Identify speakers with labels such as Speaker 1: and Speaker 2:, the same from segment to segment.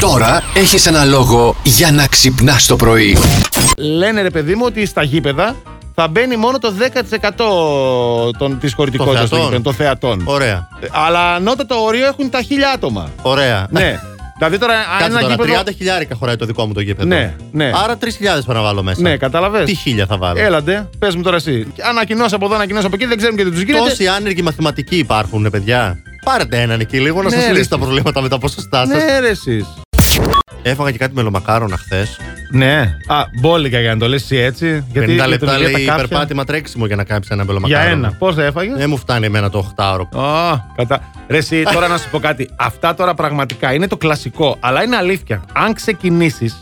Speaker 1: Τώρα έχεις ένα λόγο για να ξυπνάς το πρωί.
Speaker 2: Λένε ρε παιδί μου ότι στα γήπεδα θα μπαίνει μόνο το 10% των, της χωρητικότητας των
Speaker 3: θεατών.
Speaker 2: γήπεδων, των θεατών.
Speaker 3: Ωραία.
Speaker 2: Ε, Αλλά ανώτατο όριο έχουν τα χίλια άτομα.
Speaker 3: Ωραία.
Speaker 2: ναι. Δηλαδή τώρα αν
Speaker 3: Κάτσε
Speaker 2: ένα
Speaker 3: τώρα.
Speaker 2: γήπεδο...
Speaker 3: 30 χιλιάρικα χωράει το δικό μου το γήπεδο.
Speaker 2: Ναι, ναι.
Speaker 3: Άρα 3.000 πρέπει να βάλω μέσα.
Speaker 2: Ναι, καταλαβες.
Speaker 3: Τι χίλια θα βάλω.
Speaker 2: Έλαντε, πες μου τώρα εσύ. Ανακοινώσει από εδώ, ανακοινώσει από εκεί, δεν ξέρουμε και τι τους γίνεται.
Speaker 3: Τόσοι άνεργοι μαθηματικοί υπάρχουν, παιδιά. Πάρετε έναν εκεί λίγο να
Speaker 2: Ναι,
Speaker 3: σας
Speaker 2: ρε.
Speaker 3: λύσει τα προβλήματα με τα ποσοστά σα.
Speaker 2: Ναι, ρε, εσείς.
Speaker 3: Έφαγα και κάτι μελομακάρονα χθες.
Speaker 2: Ναι. Α, μπόλικα για να το λες εσύ έτσι. Γιατί
Speaker 3: 50
Speaker 2: για
Speaker 3: λεπτά
Speaker 2: τον- για τα
Speaker 3: λέει
Speaker 2: κάψια-
Speaker 3: υπερπάτημα Ε, τρέξιμο για να κάψει ένα
Speaker 2: Για
Speaker 3: μελομακάρονα.
Speaker 2: ένα. Πώς θα έφαγες.
Speaker 3: Δεν μου φτάνει εμένα το 8ωρο.
Speaker 2: Α, κατά... Ρε, εσύ, τώρα να σου πω κάτι. Αυτά τώρα πραγματικά είναι το κλασικό, αλλά είναι αλήθεια. Αν ξεκινήσεις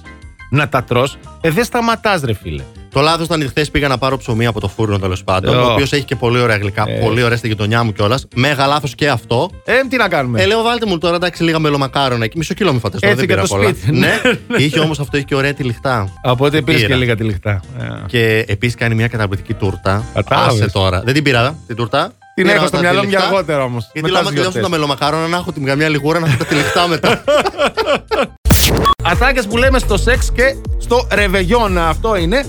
Speaker 2: να τα τρώ, ε, δεν σταματάς, ρε φίλε.
Speaker 3: Το λάθος ήταν ότι χθες πήγα να πάρω ψωμί από το φούρνο τέλος πάντων.
Speaker 2: Ε,
Speaker 3: Ο
Speaker 2: ω.
Speaker 3: οποίος έχει και πολύ ωραία γλυκά,
Speaker 2: Ε.
Speaker 3: πολύ ωραία στη γειτονιά μου κιόλας. Μέγα λάθος και αυτό.
Speaker 2: Ε, τι να κάνουμε.
Speaker 3: Ε, λέω, βάλτε μου τώρα εντάξει λίγα μελομακάρονα εκεί. Μισό κιλό με φανταστώ.
Speaker 2: Έτσι
Speaker 3: δεν
Speaker 2: και
Speaker 3: πήρα
Speaker 2: το
Speaker 3: πολλά.
Speaker 2: σπίτι,
Speaker 3: ναι. είχε όμως αυτό, είχε και ωραία τη λιχτά.
Speaker 2: Από ό,τι πήρες και
Speaker 3: πήρα.
Speaker 2: λίγα τη λιχτά. Ε.
Speaker 3: Και επίσης κάνει μια καταπληκτική τούρτα.
Speaker 2: Κατάλαβες.
Speaker 3: Άσε τώρα. Δεν την πήρα την τούρτα.
Speaker 2: Ε, Την
Speaker 3: Πήρα
Speaker 2: έχω στο
Speaker 3: τα
Speaker 2: μυαλό μου για
Speaker 3: τυλιχτά,
Speaker 2: αργότερα όμως.
Speaker 3: Γιατί λέω, άμα τελειώσουν τα μελομακάρονα, να έχω την καμιά λιγούρα να έχω τα τυλιχτά μετά.
Speaker 2: Ναι, Ατάκες που λέμε στο σεξ και στο ρεβεγιόν. Αυτό είναι.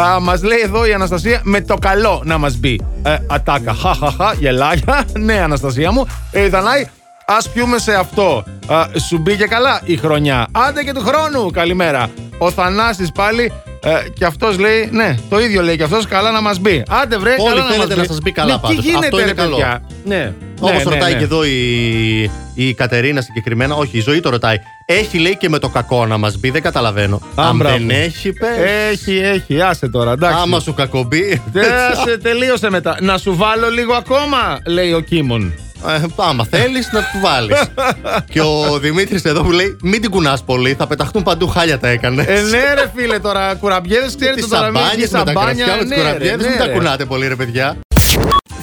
Speaker 2: Α, μας λέει εδώ η Αναστασία με το καλό να μας μπει. Ε, ατάκα. Χαχαχα, γελάγια. ναι, Αναστασία μου. Ε, η Δανάη, ας πιούμε σε αυτό. Α, σου μπήκε καλά η χρονιά. Άντε και του χρόνου. Καλημέρα. Ο Θανάσης πάλι ε, και αυτός λέει, ναι, το ίδιο λέει και αυτός, καλά να μας μπει. Άντε βρε,
Speaker 3: Όλοι
Speaker 2: καλά να
Speaker 3: θέλετε
Speaker 2: μας
Speaker 3: να
Speaker 2: μπει.
Speaker 3: σας μπει καλά
Speaker 2: ναι,
Speaker 3: πάντως.
Speaker 2: Τι γίνεται
Speaker 3: Αυτό είναι
Speaker 2: ρε,
Speaker 3: καλό.
Speaker 2: παιδιά. Ναι,
Speaker 3: Όπως
Speaker 2: ναι, ναι,
Speaker 3: ρωτάει
Speaker 2: ναι.
Speaker 3: και εδώ η, η Κατερίνα συγκεκριμένα, όχι, η ζωή το ρωτάει. Έχει λέει και με το κακό να μας μπει, δεν καταλαβαίνω.
Speaker 2: Α,
Speaker 3: Αν
Speaker 2: μπράβο.
Speaker 3: δεν έχει, πες.
Speaker 2: Έχει, έχει, άσε τώρα, εντάξει.
Speaker 3: Άμα σου κακομπεί.
Speaker 2: Ε, σε τελείωσε μετά. Να σου βάλω λίγο ακόμα, λέει ο Κίμων.
Speaker 3: Ε, άμα θέλεις να του βάλεις. και ο Δημήτρης εδώ που λέει: Μην την κουνάς πολύ, θα πεταχτούν παντού χάλια τα έκανες.
Speaker 2: Ε, ναι, ρε φίλε, τώρα κουραμπιέδες, ξέρετε
Speaker 3: τι
Speaker 2: τώρα μην
Speaker 3: σαμπάνιε,
Speaker 2: βγεις
Speaker 3: με τα
Speaker 2: σαμπάνια,
Speaker 3: κρασιά, με
Speaker 2: ναι,
Speaker 3: τι
Speaker 2: ρε,
Speaker 3: κουραμπιέδες,
Speaker 2: ναι,
Speaker 3: μην τα
Speaker 2: ρε.
Speaker 3: κουνάτε πολύ, ρε παιδιά.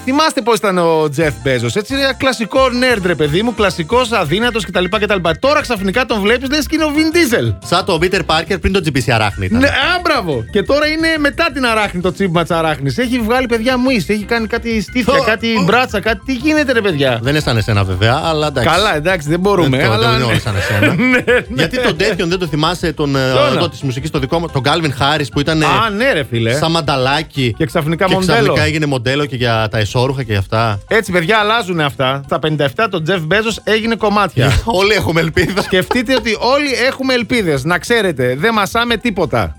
Speaker 2: Θυμάστε πώς ήταν ο Τζεφ Μπέζος. Έτσι, ένα κλασικό νέρντ, ρε παιδί μου, κλασικός αδύνατος κτλ, κτλ. Τώρα ξαφνικά τον βλέπεις, λες και είναι ο Βιν Ντίζελ.
Speaker 3: Σαν το Μίτερ Πάρκερ πριν το GPC αράχνη ήταν.
Speaker 2: Ναι, α, μπράβο. Και τώρα είναι μετά την αράχνη το τσίμπμα τη αράχνη. Έχει βγάλει παιδιά μου εις, έχει κάνει κάτι στήθια, κάτι μπράτσα, κάτι. Τι γίνεται, ρε παιδιά.
Speaker 3: Δεν είναι σαν εσένα βέβαια, αλλά εντάξει.
Speaker 2: Καλά, εντάξει, δεν μπορούμε.
Speaker 3: Δεν το-
Speaker 2: αλλά...
Speaker 3: δεν είναι όλοι σαν εσένα.
Speaker 2: Ναι, ναι.
Speaker 3: Γιατί τον τέτοιον δεν το θυμάσαι, τον ε,
Speaker 2: Ποιον?
Speaker 3: εδώ της μουσικής, το δικό μου, τον Κάλβιν Χάρι που ήταν ε,
Speaker 2: Α, ναι, ρε φίλε.
Speaker 3: σαν μανταλάκι.
Speaker 2: Και ξαφνικά
Speaker 3: και
Speaker 2: μοντέλο.
Speaker 3: ξαφνικά έγινε μοντέλο και για τα εσόρουχα και για αυτά.
Speaker 2: Έτσι, παιδιά, αλλάζουν αυτά. Στα 57 το Τζεφ Μπέζος έγινε κομμάτια.
Speaker 3: Όλοι έχουμε ελπίδα.
Speaker 2: Σκεφτείτε ότι όλοι έχουμε ελπίδες. Να ξέρετε, δεν μασάμε τίποτα.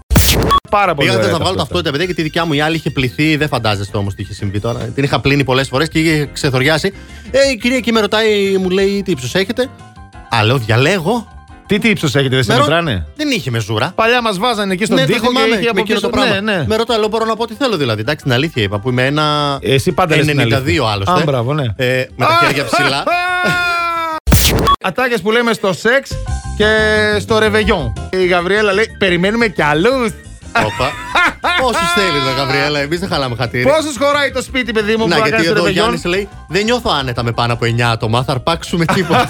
Speaker 2: Πάρα πολύ.
Speaker 3: Πήγατε
Speaker 2: ωραία
Speaker 3: να
Speaker 2: τα
Speaker 3: βάλω
Speaker 2: αυτά.
Speaker 3: ταυτότητα, παιδιά, γιατί η δικιά μου η άλλη είχε πληθεί. Δεν φαντάζεστε όμως τι είχε συμβεί τώρα. Την είχα πλύνει πολλές φορές και είχε ξεθοριάσει. Ε, η κυρία εκεί με ρωτάει, μου λέει τι ύψος έχετε. Α, λέω, διαλέγω.
Speaker 2: Τι τύψο έχετε, δεν σε
Speaker 3: Με ρω-
Speaker 2: μετράνε.
Speaker 3: Δεν είχε μεζούρα.
Speaker 2: Παλιά μας βάζανε εκεί στον
Speaker 3: το
Speaker 2: τοίχο και
Speaker 3: θυμάμαι,
Speaker 2: είχε από
Speaker 3: με εκείνο
Speaker 2: πίσω.
Speaker 3: το πράγμα.
Speaker 2: Ναι, ναι.
Speaker 3: Με ρωτάει, λέω, μπορώ να πω τι θέλω δηλαδή. Εντάξει, την αλήθεια είπα που είμαι ένα.
Speaker 2: Εσύ πάντα λες την
Speaker 3: 92
Speaker 2: αλήθεια.
Speaker 3: άλλωστε.
Speaker 2: Α, μπράβο, ναι.
Speaker 3: Ε, με τα χέρια ψηλά.
Speaker 2: Ατάκες που λέμε στο σεξ και στο ρεβεγιόν. Η Γαβριέλα λέει: Περιμένουμε κι άλλους.
Speaker 3: Όπα. Όσου θέλεις, ρε Γαβριέλα, εμείς δεν χαλάμε χατήρι.
Speaker 2: Πόσους χωράει το σπίτι, παιδί μου,
Speaker 3: Να,
Speaker 2: που θα
Speaker 3: γιατί
Speaker 2: κάνει το
Speaker 3: εδώ ο Γιάννη
Speaker 2: ρεβεγιόν.
Speaker 3: λέει: Δεν νιώθω άνετα με πάνω από 9 άτομα. Θα αρπάξουμε τίποτα.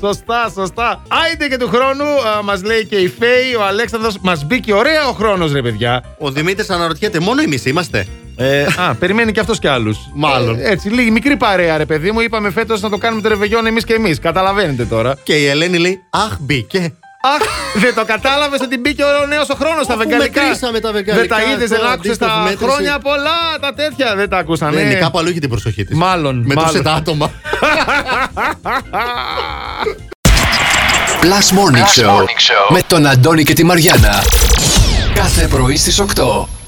Speaker 2: σωστά, σωστά. Άιντε και του χρόνου, μας λέει και η Φέη, ο Αλέξανδρος μας μπήκε ωραία ο χρόνος, ρε παιδιά.
Speaker 3: ο Δημήτρης αναρωτιέται: Μόνο εμείς είμαστε.
Speaker 2: Ε, α, περιμένει και αυτός κι άλλους.
Speaker 3: Μάλλον.
Speaker 2: έτσι, λίγη μικρή παρέα, ρε παιδί μου. Είπαμε φέτος να το κάνουμε το ρεβεγιόν εμείς και εμείς. Καταλαβαίνετε τώρα.
Speaker 3: Και η Ελένη λέει: Αχ, μπήκε.
Speaker 2: Αχ, δεν το κατάλαβες ότι μπήκε ο νέος ο χρόνος στα
Speaker 3: Αφού
Speaker 2: βεγγαλικά.
Speaker 3: μετρήσαμε τα βεγγαλικά,
Speaker 2: Δεν τα είδες, δεν
Speaker 3: το
Speaker 2: άκουσε
Speaker 3: αντίστροφη
Speaker 2: τα
Speaker 3: μέτρηση.
Speaker 2: χρόνια πολλά, τα τέτοια. Δεν τα άκουσαν.
Speaker 3: Ναι,
Speaker 2: ε.
Speaker 3: είναι κάπου αλλού είχε την προσοχή της.
Speaker 2: Μάλλον,
Speaker 3: Μετρούσε
Speaker 2: μάλλον.
Speaker 3: τα άτομα.
Speaker 1: Plus Morning, Show, με τον Αντώνη και τη Μαριάνα. Κάθε πρωί στις 8.